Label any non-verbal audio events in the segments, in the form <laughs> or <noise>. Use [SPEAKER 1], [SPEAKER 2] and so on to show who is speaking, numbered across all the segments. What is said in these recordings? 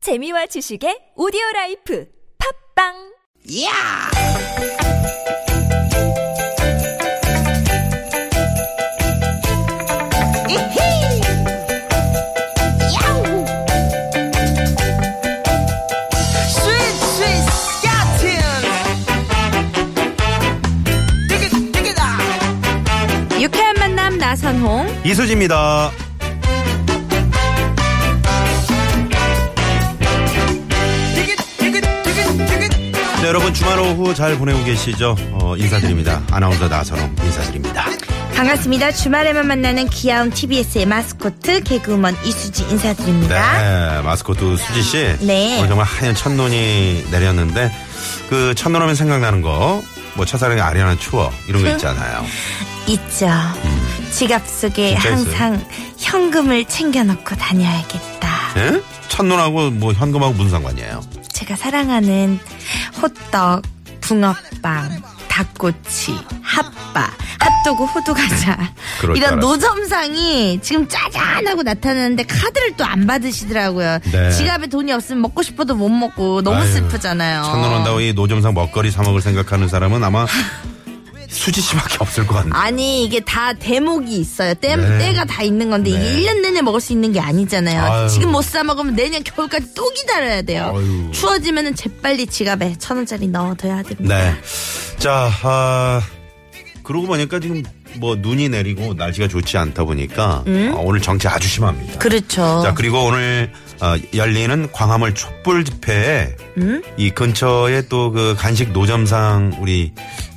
[SPEAKER 1] 재미와 지식의 오디오 라이프 팝빵
[SPEAKER 2] 야! 이히! 야우! 스윗 스윗 스캇틴! 디귿 디귿아!
[SPEAKER 3] 유쾌한 만남 나선홍.
[SPEAKER 4] 이수지입니다.
[SPEAKER 2] 디귿 디귿 디귿 디귿
[SPEAKER 4] 네, 여러분 주말 오후 잘 보내고 계시죠? 어, 인사드립니다. 아나운서 나선홍 인사드립니다.
[SPEAKER 3] 반갑습니다. 주말에만 만나는 귀여운 TBS의 마스코트 개그우먼 이수지 인사드립니다.
[SPEAKER 4] 네, 마스코트 수지 씨.
[SPEAKER 3] 네.
[SPEAKER 4] 오늘 정말 하얀 첫눈이 내렸는데 그 첫눈 오면 생각나는 거. 뭐 첫사랑의 아련한 추억 이런 거 있잖아요.
[SPEAKER 3] 있죠. 지갑
[SPEAKER 4] 네. 음.
[SPEAKER 3] 속에
[SPEAKER 4] 진짜
[SPEAKER 3] 항상 현금을 챙겨놓고 다녀야겠다.
[SPEAKER 4] 예? 첫눈하고 뭐 현금하고 무슨 상관이에요?
[SPEAKER 3] 제가 사랑하는 호떡, 붕어빵, 닭꼬치, 핫바, 핫도그, 호두과자.
[SPEAKER 4] 그럴 줄
[SPEAKER 3] 이런
[SPEAKER 4] 알았어요.
[SPEAKER 3] 노점상이 지금 짜잔하고 나타나는데 카드를 또 안 받으시더라고요.
[SPEAKER 4] 네.
[SPEAKER 3] 지갑에 돈이 없으면 먹고 싶어도 못 먹고 너무
[SPEAKER 4] 아유,
[SPEAKER 3] 슬프잖아요.
[SPEAKER 4] 첫눈 온다고 이 노점상 먹거리 사 먹을 생각하는 사람은 아마 수지 씨밖에 없을 것 같네요.
[SPEAKER 3] 아니 이게 다 대목이 있어요. 때,
[SPEAKER 4] 네.
[SPEAKER 3] 때가 다 있는 건데
[SPEAKER 4] 네.
[SPEAKER 3] 이게 1년 내내 먹을 수 있는 게 아니잖아요.
[SPEAKER 4] 아유.
[SPEAKER 3] 지금 못 사 먹으면 내년 겨울까지 또 기다려야 돼요.
[SPEAKER 4] 아유.
[SPEAKER 3] 추워지면 은 재빨리 지갑에 천 원짜리 넣어둬야 됩니다.
[SPEAKER 4] 네. 자, 아, 그러고 보니까 지금 뭐 눈이 내리고 날씨가 좋지 않다 보니까 아, 오늘 정체 아주 심합니다.
[SPEAKER 3] 음? 그렇죠.
[SPEAKER 4] 자, 그리고 오늘 아, 열리는 광화문 촛불 집회에
[SPEAKER 3] 음?
[SPEAKER 4] 이 근처에 또 그 간식 노점상 우리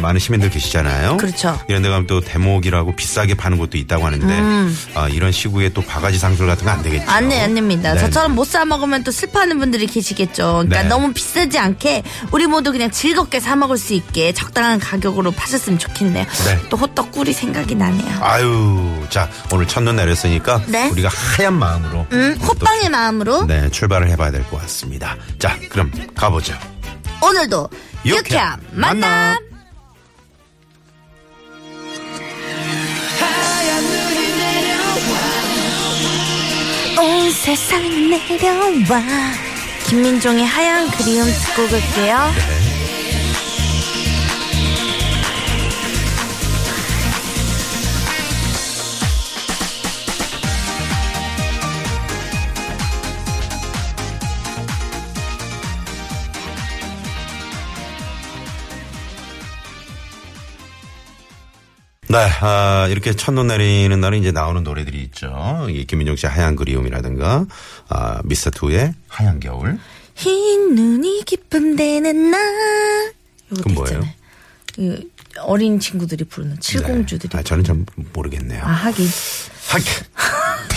[SPEAKER 4] 많은 시민들 계시잖아요.
[SPEAKER 3] 그렇죠.
[SPEAKER 4] 이런 데 가면 또 대목이라고 비싸게 파는 곳도 있다고 하는데 아, 이런 시국에 또 바가지 상술 같은 거 안 되겠죠.
[SPEAKER 3] 음. 안내 안 됩니다.
[SPEAKER 4] 네,
[SPEAKER 3] 저처럼 못 사 먹으면 또 슬퍼하는 분들이 계시겠죠. 그러니까
[SPEAKER 4] 네.
[SPEAKER 3] 너무 비싸지 않게 우리 모두 그냥 즐겁게 사 먹을 수 있게 적당한 가격으로 파셨으면 좋겠네요.
[SPEAKER 4] 네.
[SPEAKER 3] 또 호떡 꿀이 생각이 나네요.
[SPEAKER 4] 아유, 자 오늘 첫눈 내렸으니까
[SPEAKER 3] 네.
[SPEAKER 4] 우리가 하얀 마음으로
[SPEAKER 3] 음,
[SPEAKER 4] 또
[SPEAKER 3] 호빵의 마음으로
[SPEAKER 4] 네, 출발을 해봐야 될 것 같습니다. 자, 그럼 가보죠.
[SPEAKER 3] 오늘도 네. 유쾌한 만남. 온 세상 내려와 김민종의 하얀 그리움 듣고 올게요
[SPEAKER 4] 네, 아, 이렇게 첫눈 내리는 날은 이제 나오는 노래들이 있죠. 이 김민종 씨의 하얀 그리움이라든가, 아, 미스터 투의 하얀 겨울. 네.
[SPEAKER 3] 흰 눈이 기쁨되는 날
[SPEAKER 4] 그건 뭐예요?
[SPEAKER 3] 그 어린 친구들이 부르는 칠공주들이
[SPEAKER 4] 네. 아, 저는 참 모르겠네요.
[SPEAKER 3] 아 하긴
[SPEAKER 4] 하이.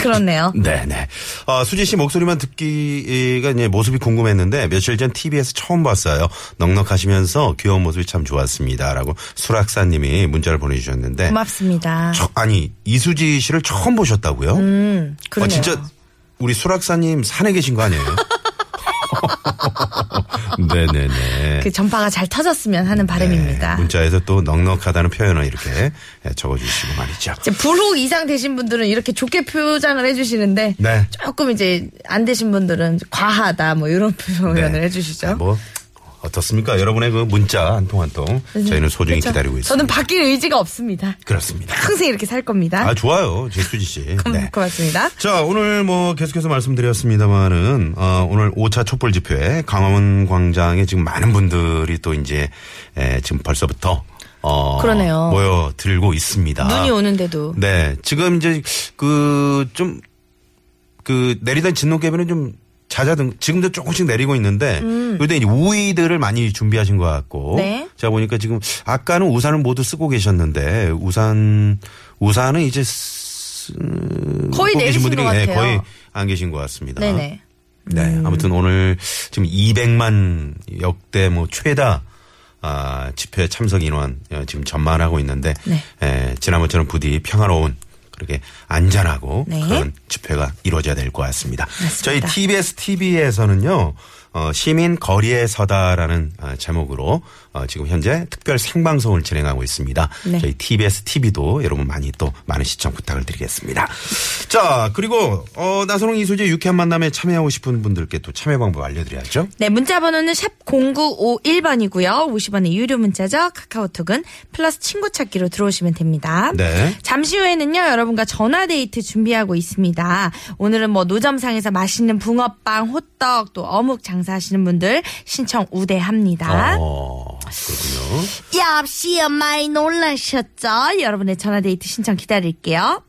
[SPEAKER 3] 그렇네요
[SPEAKER 4] 네네. 아, 수지 씨 목소리만 듣기가 이제 모습이 궁금했는데 며칠 전 TV에서 처음 봤어요. 넉넉하시면서 귀여운 모습이 참 좋았습니다. 라고 수락사님이 문자를 보내주셨는데.
[SPEAKER 3] 고맙습니다
[SPEAKER 4] 처- 아니 이수지 씨를 처음 보셨다고요?
[SPEAKER 3] 음,
[SPEAKER 4] 아,
[SPEAKER 3] 그러네요.
[SPEAKER 4] 진짜 우리 수락사님 산에 계신 거
[SPEAKER 3] <laughs>
[SPEAKER 4] 아니에요? 네네네.
[SPEAKER 3] 그 전파가 잘 터졌으면 하는 바람입니다.
[SPEAKER 4] 네, 문자에서 또 넉넉하다는 표현을 이렇게 예, 적어주시고 말이죠.
[SPEAKER 3] 이제 불혹 이상 되신 분들은 이렇게 좋게 표현을 해주시는데
[SPEAKER 4] 네.
[SPEAKER 3] 조금 이제 안 되신 분들은 과하다 뭐 이런 <laughs> 표현을
[SPEAKER 4] 네. 아,
[SPEAKER 3] 해주시죠.
[SPEAKER 4] 뭐 어떻습니까? 여러분의 그 문자 한 통 한 통 저희는 소중히
[SPEAKER 3] 그렇죠?
[SPEAKER 4] 기다리고 있습니다.
[SPEAKER 3] 저는 바뀔 의지가 없습니다.
[SPEAKER 4] 그렇습니다.
[SPEAKER 3] 평생 이렇게 살 겁니다.
[SPEAKER 4] 아 좋아요, 제 수지 씨.
[SPEAKER 3] 음,
[SPEAKER 4] 네.
[SPEAKER 3] 고맙습니다.
[SPEAKER 4] 자, 오늘 뭐 계속해서 말씀드렸습니다만은, 어, 오늘 5차 촛불 집회 강화문 광장에 지금 많은 분들이 또 이제, 에, 지금 벌써부터, 어,
[SPEAKER 3] 그러네요.
[SPEAKER 4] 모여들고 있습니다.
[SPEAKER 3] 눈이 오는데도
[SPEAKER 4] 네. 지금 이제 그, 좀, 그 내리던 진노개비는 좀 잦아든, 지금도 조금씩 내리고 있는데, 요때 이제 우위들을 많이 준비하신 것 같고,
[SPEAKER 3] 음. 네.
[SPEAKER 4] 제가 보니까 지금 아까는 우산을 모두 쓰고 계셨는데, 우산, 우산은 이제 쓰-
[SPEAKER 3] 거의
[SPEAKER 4] 쓰고 계신
[SPEAKER 3] 내리신
[SPEAKER 4] 분들이
[SPEAKER 3] 것
[SPEAKER 4] 예,
[SPEAKER 3] 같아요.
[SPEAKER 4] 거의 안 계신 것 같습니다.
[SPEAKER 3] 네네.
[SPEAKER 4] 네, 아무튼 오늘 지금 200만 역대 뭐 최다 아, 집회 참석 인원 어, 지금 전만하고 있는데
[SPEAKER 3] 네.
[SPEAKER 4] 에, 지난번처럼 부디 평화로운 그렇게 안전하고
[SPEAKER 3] 네.
[SPEAKER 4] 그런 집회가 이루어져야 될 것 같습니다.
[SPEAKER 3] 맞습니다.
[SPEAKER 4] 저희 TBS TV에서는요. 어, 시민 거리에 서다라는 아, 제목으로 어, 지금 현재 특별 생방송을 진행하고 있습니다.
[SPEAKER 2] 네.
[SPEAKER 4] 저희 TBS TV도 여러분 많이 또 많은 시청 부탁을 드리겠습니다. 자 그리고 어, 나선홍 이수지 유쾌한 만남에 참여하고 싶은 분들께 또 참여 방법 알려드려야죠.
[SPEAKER 2] 네, 문자 번호는 샵 0951번이고요. 50원의 유료 문자죠. 카카오톡은 플러스 친구 찾기로 들어오시면 됩니다.
[SPEAKER 4] 네.
[SPEAKER 2] 잠시 후에는요, 여러분과 전화 데이트 준비하고 있습니다. 오늘은 뭐 노점상에서 맛있는 붕어빵, 호떡, 또 어묵 장사하시는 분들 신청
[SPEAKER 3] 아.
[SPEAKER 2] 우대합니다.
[SPEAKER 4] 어, 그렇군요.
[SPEAKER 2] 역시 많이 놀라셨죠? 여러분의 전화 데이트 신청 기다릴게요.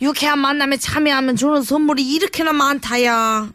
[SPEAKER 2] 유쾌한 만남에 참여하면 주는 선물이 이렇게나 많다요.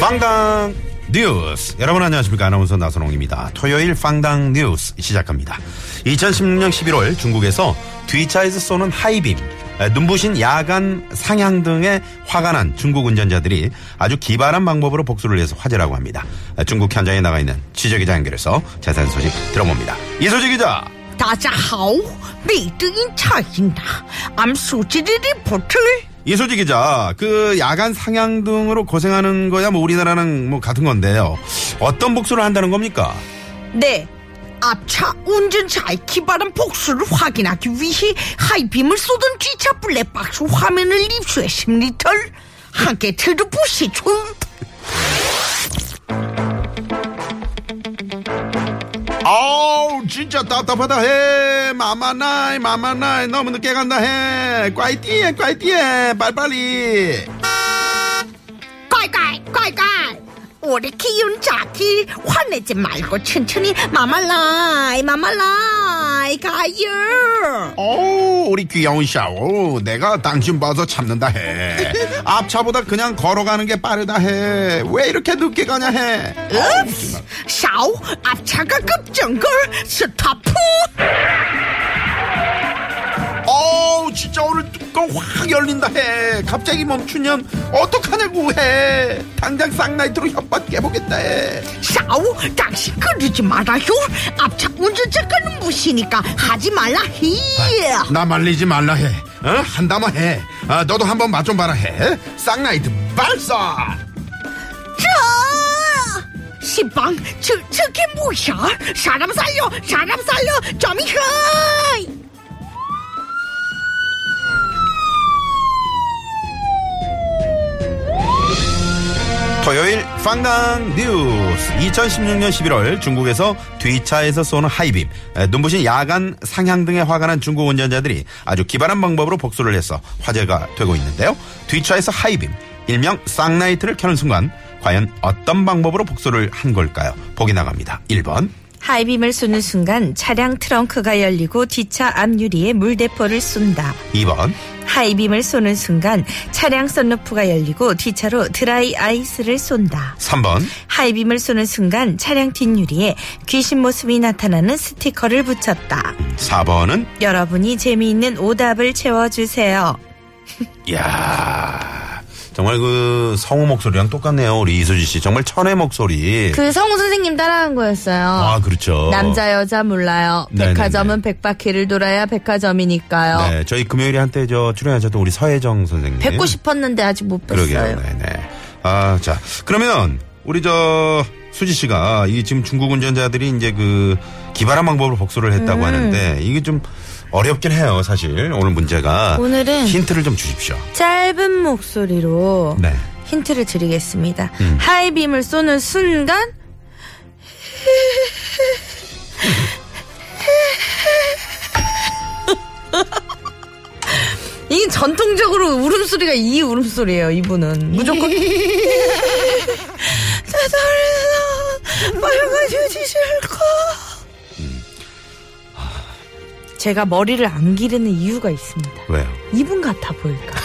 [SPEAKER 4] 빵당 뉴스 여러분 안녕하십니까 아나운서 나선홍입니다 토요일 빵당 뉴스 시작합니다 2016년 11월 중국에서 뒤차에서 쏘는 하이빔 에, 눈부신 야간 상향 등에 화가 난 중국 운전자들이 아주 기발한 방법으로 복수를 위해서 화제라고 합니다 에, 중국 현장에 나가 있는 취재기자 연결해서 자세한 소식 들어봅니다 이소지 기자
[SPEAKER 3] 大家好，美德英差英达，I'm Suji the reporter。
[SPEAKER 4] 이소지 기자 그 야간 상향 등으로 고생하는 거야 뭐 우리나라랑 뭐 같은 건데요 어떤 복수를 한다는 겁니까
[SPEAKER 3] 네. 앞차 운전자의 기발한 복수를 확인하기 위해 하이빔을 쏘던 뒤차 블랙박스 화면을 입수했습니다. 함께 들어보시죠.
[SPEAKER 4] 아우 진짜 답답하다 해 마마나이 마마나이 너무 늦게 간다 해 꽈이띠에 꽈이띠에 빨리빨리
[SPEAKER 3] 乖乖乖乖 우리 키운 자기 화내지 말고 천천히 마말라이 마말라이 가요.
[SPEAKER 4] 어우 우리 귀여운 샤오 내가 당신 봐서 참는다 해 앞차보다 그냥 걸어가는 게 빠르다 해 왜 이렇게 늦게 가냐 해
[SPEAKER 3] 읍스 샤오 앞차가 급정걸 스타프
[SPEAKER 4] 어우 진짜 오늘 뚜껑 확 열린다 해 갑자기 멈추면 어떡하냐고 해 당장 쌍나이트로 협박 깨보겠다 해
[SPEAKER 3] 샤오 당신 그러지 말아요 앞차 운전자가 무시니까 하지 말라 히
[SPEAKER 4] 나 말리지 말라 해. 어? 한다마 해. 아, 너도 한번 맛 좀 봐라 해. 어? 쌍나이트 발사.
[SPEAKER 3] 저 시방 저 저게 뭐야 사람 살려 사람 살려 좀이 헤이
[SPEAKER 4] 토요일 빵당 뉴스. 2016년 11월 중국에서 뒤차에서 쏘는 하이빔, 에, 눈부신 야간 상향 등에 화가 난 중국 운전자들이 아주 기발한 방법으로 복수를 해서 화제가 되고 있는데요. 뒤차에서 하이빔, 일명 쌍나이트를 켜는 순간 과연 어떤 방법으로 복수를 한 걸까요? 보기 나갑니다. 1번.
[SPEAKER 2] 하이빔을 쏘는 순간 차량 트렁크가 열리고 뒤차 앞유리에 물대포를 쏜다.
[SPEAKER 4] 2번.
[SPEAKER 2] 하이빔을 쏘는 순간 차량 선루프가 열리고 뒤차로 드라이 아이스를 쏜다.
[SPEAKER 4] 3번.
[SPEAKER 2] 하이빔을 쏘는 순간 차량 뒷유리에 귀신 모습이 나타나는 스티커를 붙였다.
[SPEAKER 4] 4번은
[SPEAKER 2] 여러분이 재미있는 오답을 채워주세요.
[SPEAKER 4] 이야 정말 그 성우 목소리랑 똑같네요 우리 이수지 씨 정말 천의 목소리
[SPEAKER 2] 그 성우 선생님 따라한 거였어요.
[SPEAKER 4] 아 그렇죠
[SPEAKER 2] 남자 여자 몰라요.
[SPEAKER 4] 네네네.
[SPEAKER 2] 백화점은 백바퀴를 돌아야 백화점이니까요.
[SPEAKER 4] 네 저희 금요일에 한때 저 출연하셨던 우리 서혜정 선생님
[SPEAKER 2] 뵙고 싶었는데 아직 못
[SPEAKER 4] 그러게요
[SPEAKER 2] 뵀어요.
[SPEAKER 4] 네네 아자 그러면 우리 저 수지 씨가 이 지금 중국 운전자들이 이제 그 기발한 방법으로 복수를
[SPEAKER 2] 음.
[SPEAKER 4] 했다고 하는데 이게 좀 어렵긴 해요 사실 오늘 문제가
[SPEAKER 2] 오늘은
[SPEAKER 4] 힌트를 좀 주십시오
[SPEAKER 2] 짧은 목소리로
[SPEAKER 4] 네
[SPEAKER 2] 힌트를 드리겠습니다. 하이빔을 쏘는 순간 <laughs> 이게 전통적으로 울음소리가 이 울음소리예요. 이분은 무조건
[SPEAKER 4] <laughs> 음.
[SPEAKER 2] 제가 머리를 안 기르는 이유가 있습니다.
[SPEAKER 4] 왜요 <laughs>
[SPEAKER 2] 이분 같아 보일까.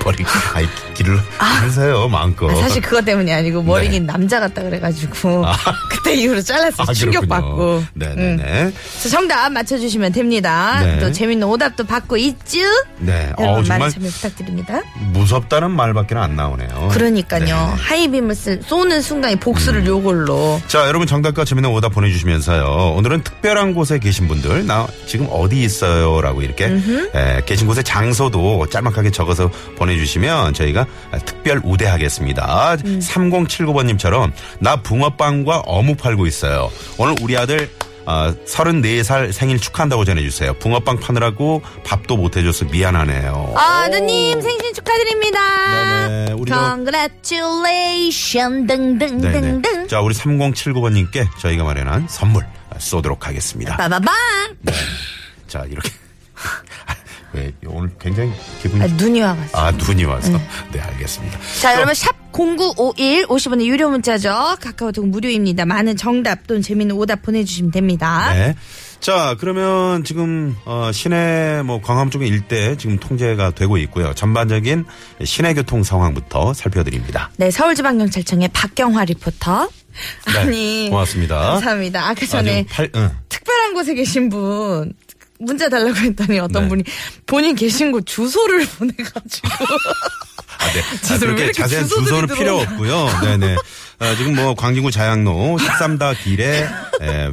[SPEAKER 4] 버리고 아이 길을 하세요 마음껏.
[SPEAKER 2] 아, 사실 그것 때문이 아니고 머리
[SPEAKER 4] 어. 네.
[SPEAKER 2] 긴 남자 같다 그래가지고 <laughs> 그때 이후로 잘랐어
[SPEAKER 4] 아,
[SPEAKER 2] 요 충격받고 음.
[SPEAKER 4] 그렇군요. 네네네.
[SPEAKER 2] 그래서 정답 맞춰주시면 됩니다
[SPEAKER 4] 네.
[SPEAKER 2] 또 재밌는 오답도 받고 있죠
[SPEAKER 4] 네.
[SPEAKER 2] 여러분
[SPEAKER 4] 어우,
[SPEAKER 2] 많은
[SPEAKER 4] 정말
[SPEAKER 2] 참여 부탁드립니다
[SPEAKER 4] 무섭다는 말밖에 안 나오네요.
[SPEAKER 2] 그러니까요
[SPEAKER 4] 네. 음.
[SPEAKER 2] 하이빔을 쓸- 쏘는 순간에 복수를 요걸로
[SPEAKER 4] 자, 여러분 정답과 재밌는 오답 보내주시면서요. 오늘은 특별한 곳에 계신 분들, 나 지금 어디 있어요? 라고 이렇게 에, 계신 곳의 장소도 짤막하게 적어서 보내주시면 저희가 특별 우대하겠습니다.
[SPEAKER 2] 음.
[SPEAKER 4] 3079번님처럼 나 붕어빵과 어묵 팔고 있어요. 오늘 우리 아들 아, 34살 생일 축하한다고 전해주세요. 붕어빵 파느라고 밥도 못해줘서 미안하네요.
[SPEAKER 2] 아, 누님 생신 축하드립니다.
[SPEAKER 4] 네네, 우리 저-
[SPEAKER 2] Congratulation
[SPEAKER 4] 네네.
[SPEAKER 2] 등등등등.
[SPEAKER 4] 자, 우리 3079번님께 저희가 마련한 선물 쏘도록 하겠습니다.
[SPEAKER 2] 빠바밤.
[SPEAKER 4] 네. 자 이렇게 <laughs> 왜 오늘 굉장히 기분이
[SPEAKER 2] 아, 눈이 와가지고.
[SPEAKER 4] 아 눈이 와서 네 알겠습니다
[SPEAKER 2] 자,
[SPEAKER 4] 또-
[SPEAKER 2] 여러분 샵 0951 50원의 유료 문자죠. 카카오톡 무료입니다. 많은 정답 또는 재미있는 오답 보내주시면 됩니다.
[SPEAKER 4] 네. 자 그러면 지금 어, 시내 뭐 광화문 쪽의 일대 지금 통제가 되고 있고요 전반적인 시내 교통 상황부터 살펴드립니다
[SPEAKER 2] 네, 서울지방경찰청의 박경화 리포터.
[SPEAKER 4] 네,
[SPEAKER 2] 아니.
[SPEAKER 4] 고맙습니다.
[SPEAKER 2] 감사합니다. 아까 그 전에
[SPEAKER 4] 아, 지금 팔- 응.
[SPEAKER 2] 특별한 곳에 계신 분 문자 달라고 했더니 어떤
[SPEAKER 4] 네.
[SPEAKER 2] 분이 본인 계신 곳 주소를 <laughs> 보내가지고.
[SPEAKER 4] 아,
[SPEAKER 2] <laughs>
[SPEAKER 4] 네. 아,
[SPEAKER 2] 왜
[SPEAKER 4] 그렇게
[SPEAKER 2] 이렇게
[SPEAKER 4] 자세한
[SPEAKER 2] 주소들이
[SPEAKER 4] 주소는 필요
[SPEAKER 2] 들어오나.
[SPEAKER 4] 없고요 네네 아, 지금 뭐 광진구 자양로 13다 길에 에,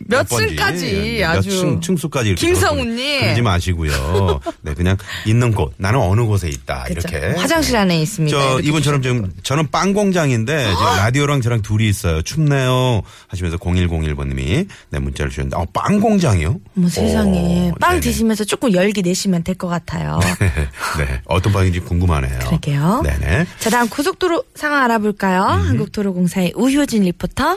[SPEAKER 2] 몇
[SPEAKER 4] 몇 번지, 예,
[SPEAKER 2] 층까지
[SPEAKER 4] 몇
[SPEAKER 2] 아주.
[SPEAKER 4] 층, 층수까지 이렇게
[SPEAKER 2] 김성훈님.
[SPEAKER 4] 적어보내- 그러지 마시고요. 네, 그냥 있는 곳. 나는 어느 곳에 있다.
[SPEAKER 2] 그렇죠.
[SPEAKER 4] 이렇게.
[SPEAKER 2] 화장실
[SPEAKER 4] 네.
[SPEAKER 2] 안에 있습니다.
[SPEAKER 4] 저
[SPEAKER 2] 이렇게 아!
[SPEAKER 4] 이분처럼 지금 저는 빵 공장인데 지금 라디오랑 저랑 둘이 있어요. 춥네요 하시면서 0101번님이 네 문자를 주셨는데 어빵 공장이요?
[SPEAKER 2] 어머 세상에
[SPEAKER 4] 오,
[SPEAKER 2] 빵
[SPEAKER 4] 네네.
[SPEAKER 2] 드시면서 조금 열기 내시면 될 것 같아요.
[SPEAKER 4] <laughs> 네 어떤 빵인지 궁금하네요.
[SPEAKER 2] 그러게요.
[SPEAKER 4] 네네.
[SPEAKER 2] 자 다음 고속도로 상황 알아볼까요?
[SPEAKER 4] 음.
[SPEAKER 2] 한국도로공사의 우효진 리포터.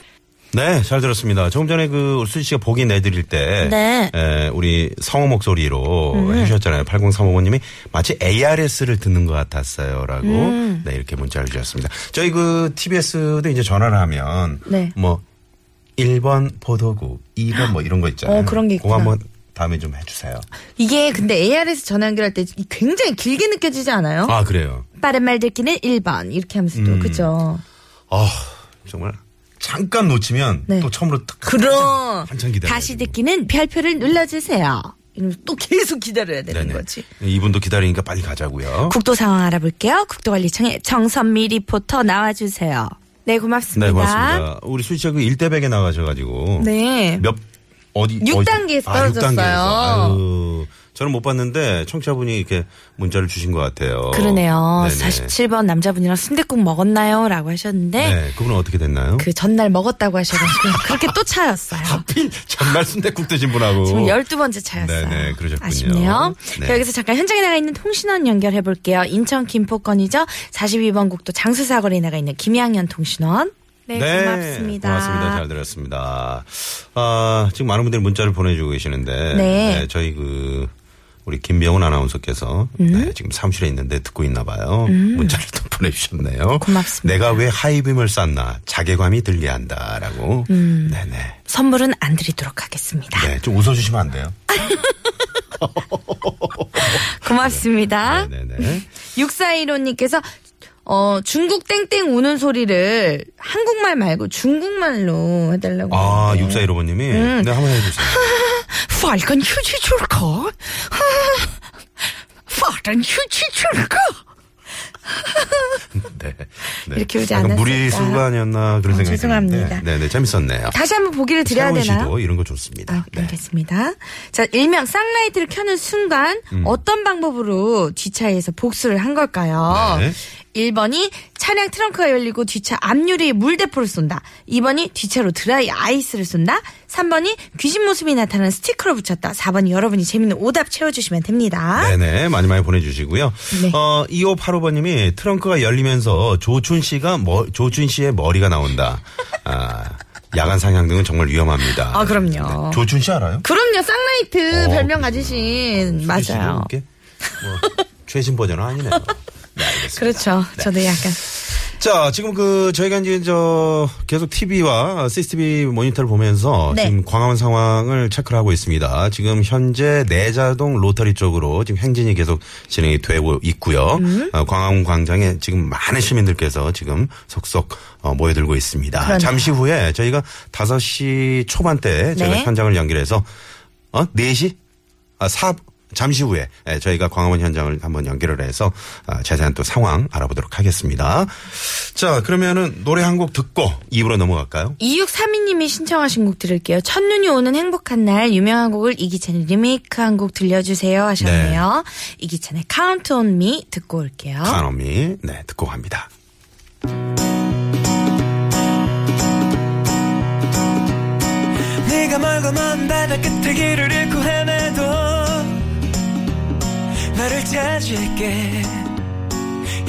[SPEAKER 4] 네, 잘 들었습니다. 조금 전에 그 수지 씨가 보기 내드릴 때,
[SPEAKER 2] 네. 음.
[SPEAKER 4] 에, 우리 성우 목소리로 해주셨잖아요. 8035번님이 마치 ARS를 듣는 것 같았어요라고,
[SPEAKER 2] 음.
[SPEAKER 4] 네 이렇게 문자를 주셨습니다. 저희 그 TBS도 이제 전화를 하면,
[SPEAKER 2] 네.
[SPEAKER 4] 뭐 1번 보도국, 2번 뭐 이런 거 있잖아요.
[SPEAKER 2] 어, 그런 게
[SPEAKER 4] 그거
[SPEAKER 2] 있구나.
[SPEAKER 4] 한번 다음에 좀 해주세요.
[SPEAKER 2] 이게 근데 ARS 전화 연결할 때 굉장히 길게 느껴지지 않아요?
[SPEAKER 4] 아 음. 그래요.
[SPEAKER 2] 빠른 말 듣기는 1번 이렇게 하면서 또 그죠?
[SPEAKER 4] 아 정말 잠깐 놓치면
[SPEAKER 2] 네.
[SPEAKER 4] 또 처음으로 딱
[SPEAKER 2] 그럼
[SPEAKER 4] 한참 기다려.
[SPEAKER 2] 다시 듣기는 별표를 눌러주세요. 이러면서 또 계속 기다려야 되는 거지.
[SPEAKER 4] 이분도 기다리니까 빨리 가자고요.
[SPEAKER 2] 국도 상황 알아볼게요. 국도관리청의 정선미 리포터 나와주세요. 네 고맙습니다.
[SPEAKER 4] 네, 고맙습니다. 우리 수지 씨가 그 일대백에 나가셔가지고.
[SPEAKER 2] 네.
[SPEAKER 4] 몇, 어디.
[SPEAKER 2] 육
[SPEAKER 4] 어디-
[SPEAKER 2] 단계에서
[SPEAKER 4] 아, 육
[SPEAKER 2] 떨어졌어요.
[SPEAKER 4] 단계에서. 아유, 저는 못 봤는데 청취자분이 이렇게 문자를 주신 것 같아요.
[SPEAKER 2] 그러네요.
[SPEAKER 4] 네네.
[SPEAKER 2] 47번 남자분이랑 순대국 먹었나요? 라고 하셨는데
[SPEAKER 4] 네, 그분은 어떻게 됐나요?
[SPEAKER 2] 그 전날 먹었다고 하셔가지고 그렇게 또 차였어요.
[SPEAKER 4] 하필 <laughs> 전날 순대국 드신 분하고.
[SPEAKER 2] 지금 12번째 차였어요.
[SPEAKER 4] 네네, 그러셨군요.
[SPEAKER 2] 아쉽네요.
[SPEAKER 4] 네.
[SPEAKER 2] 자, 여기서 잠깐 현장에 나가 있는 통신원 연결해 볼게요. 인천 김포권이죠. 42번 국도 장수사거리에 나가 있는 김양현 통신원. 네, 고맙습니다.
[SPEAKER 4] 고맙습니다. 잘 들었습니다. 아, 지금 많은 분들이 문자를 보내주고 계시는데.
[SPEAKER 2] 네.
[SPEAKER 4] 저희 그, 우리 김병훈 아나운서께서
[SPEAKER 2] 음.
[SPEAKER 4] 네, 지금 사무실에 있는데 듣고 있나 봐요. 문자를 또 <laughs> 보내주셨네요.
[SPEAKER 2] 고맙습니다.
[SPEAKER 4] 내가 왜 하이빔을 쐈나 자괴감이 들게 한다라고.
[SPEAKER 2] 음.
[SPEAKER 4] 네네.
[SPEAKER 2] 선물은 안 드리도록 하겠습니다.
[SPEAKER 4] 네, 좀 웃어주시면 안 돼요?
[SPEAKER 2] 고맙습니다.
[SPEAKER 4] 네네네.
[SPEAKER 2] 6415님께서 어, 중국 땡땡 우는 소리를 한국말 말고 중국말로 해달라고.
[SPEAKER 4] 아,
[SPEAKER 2] 하는데.
[SPEAKER 4] 6415번님이.
[SPEAKER 2] 음.
[SPEAKER 4] 네, 한번 해주세요.
[SPEAKER 3] 빨간 휴지 줄까?
[SPEAKER 2] 아,
[SPEAKER 3] 파란 휴지 줄까?
[SPEAKER 4] 네. 네.
[SPEAKER 2] 이렇게 오지
[SPEAKER 4] 약간
[SPEAKER 2] 않았을까?
[SPEAKER 4] 무리수가 아니었나 그런
[SPEAKER 2] 어,
[SPEAKER 4] 생각이
[SPEAKER 2] 죄송합니다.
[SPEAKER 4] 드는데. 네네, 재밌었네요.
[SPEAKER 2] 다시 한번 보기를 드려야
[SPEAKER 4] 세훈
[SPEAKER 2] 되나요?
[SPEAKER 4] 씨도 이런 거 좋습니다. 네.
[SPEAKER 2] 아, 알겠습니다. 자, 일명 쌍라이트를 켜는 순간
[SPEAKER 4] 음.
[SPEAKER 2] 어떤 방법으로 뒷차에서 복수를 한 걸까요?
[SPEAKER 4] 네.
[SPEAKER 2] 1번이 차량 트렁크가 열리고 뒷차 앞유리에 물대포를 쏜다. 2번이 뒷차로 드라이 아이스를 쏜다. 3번이 귀신 모습이 나타나는 스티커를 붙였다. 4번이 여러분이 재밌는 오답 채워주시면 됩니다.
[SPEAKER 4] 네네 많이 많이 보내주시고요.
[SPEAKER 2] 아. 네.
[SPEAKER 4] 어 2585번님이 트렁크가 열리면서 조춘 씨가 머, 조춘 씨의 머리가 나온다. 아 야간 상향등은 정말 위험합니다.
[SPEAKER 2] 아, 그럼요.
[SPEAKER 4] 네. 조춘 씨 알아요?
[SPEAKER 2] 그럼요, 쌍라이트
[SPEAKER 4] 어,
[SPEAKER 2] 별명
[SPEAKER 4] 그렇구나.
[SPEAKER 2] 가지신
[SPEAKER 4] 수지 씨도
[SPEAKER 2] 맞아요.
[SPEAKER 4] 이렇게? 뭐, 최신 버전은 아니네요. 네, 알겠습니다.
[SPEAKER 2] 그렇죠.
[SPEAKER 4] 네.
[SPEAKER 2] 저도 약간
[SPEAKER 4] 자, 지금 그 저희가 이제 저 계속 TV와 CCTV 모니터를 보면서
[SPEAKER 2] 네.
[SPEAKER 4] 지금 광화문 상황을 체크를 하고 있습니다. 지금 현재 내자동 로터리 쪽으로 지금 행진이 계속 진행이 되고 있고요.
[SPEAKER 2] 음.
[SPEAKER 4] 어, 광화문 광장에 지금 많은 시민들께서 지금 속속 어, 모여들고 있습니다. 잠시 후에 저희가 5시 초반대에 저희가
[SPEAKER 2] 네.
[SPEAKER 4] 현장을 연결해서 어 4시 아, 4 잠시 후에 예, 저희가 광화문 현장을 한번 연결을 해서 아, 자세한 또 상황 알아보도록 하겠습니다. 자, 그러면은 노래 한 곡 듣고 입으로 넘어갈까요?
[SPEAKER 2] 2632님이 신청하신 곡 들을게요. 첫눈이 오는 행복한 날 유명한 곡을 이기찬이 리메이크한 곡 들려주세요 하셨네요. 이기찬의 Count on Me 듣고 올게요.
[SPEAKER 4] 카노미 네, 듣고 갑니다.
[SPEAKER 5] 네가 멀고 먼 바다 끝에 길을 잃고 헤매도 나를 찾을게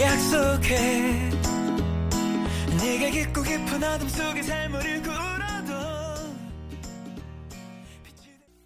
[SPEAKER 5] 약속해 네가 깊고 깊은 어둠 속에 삶을 잃고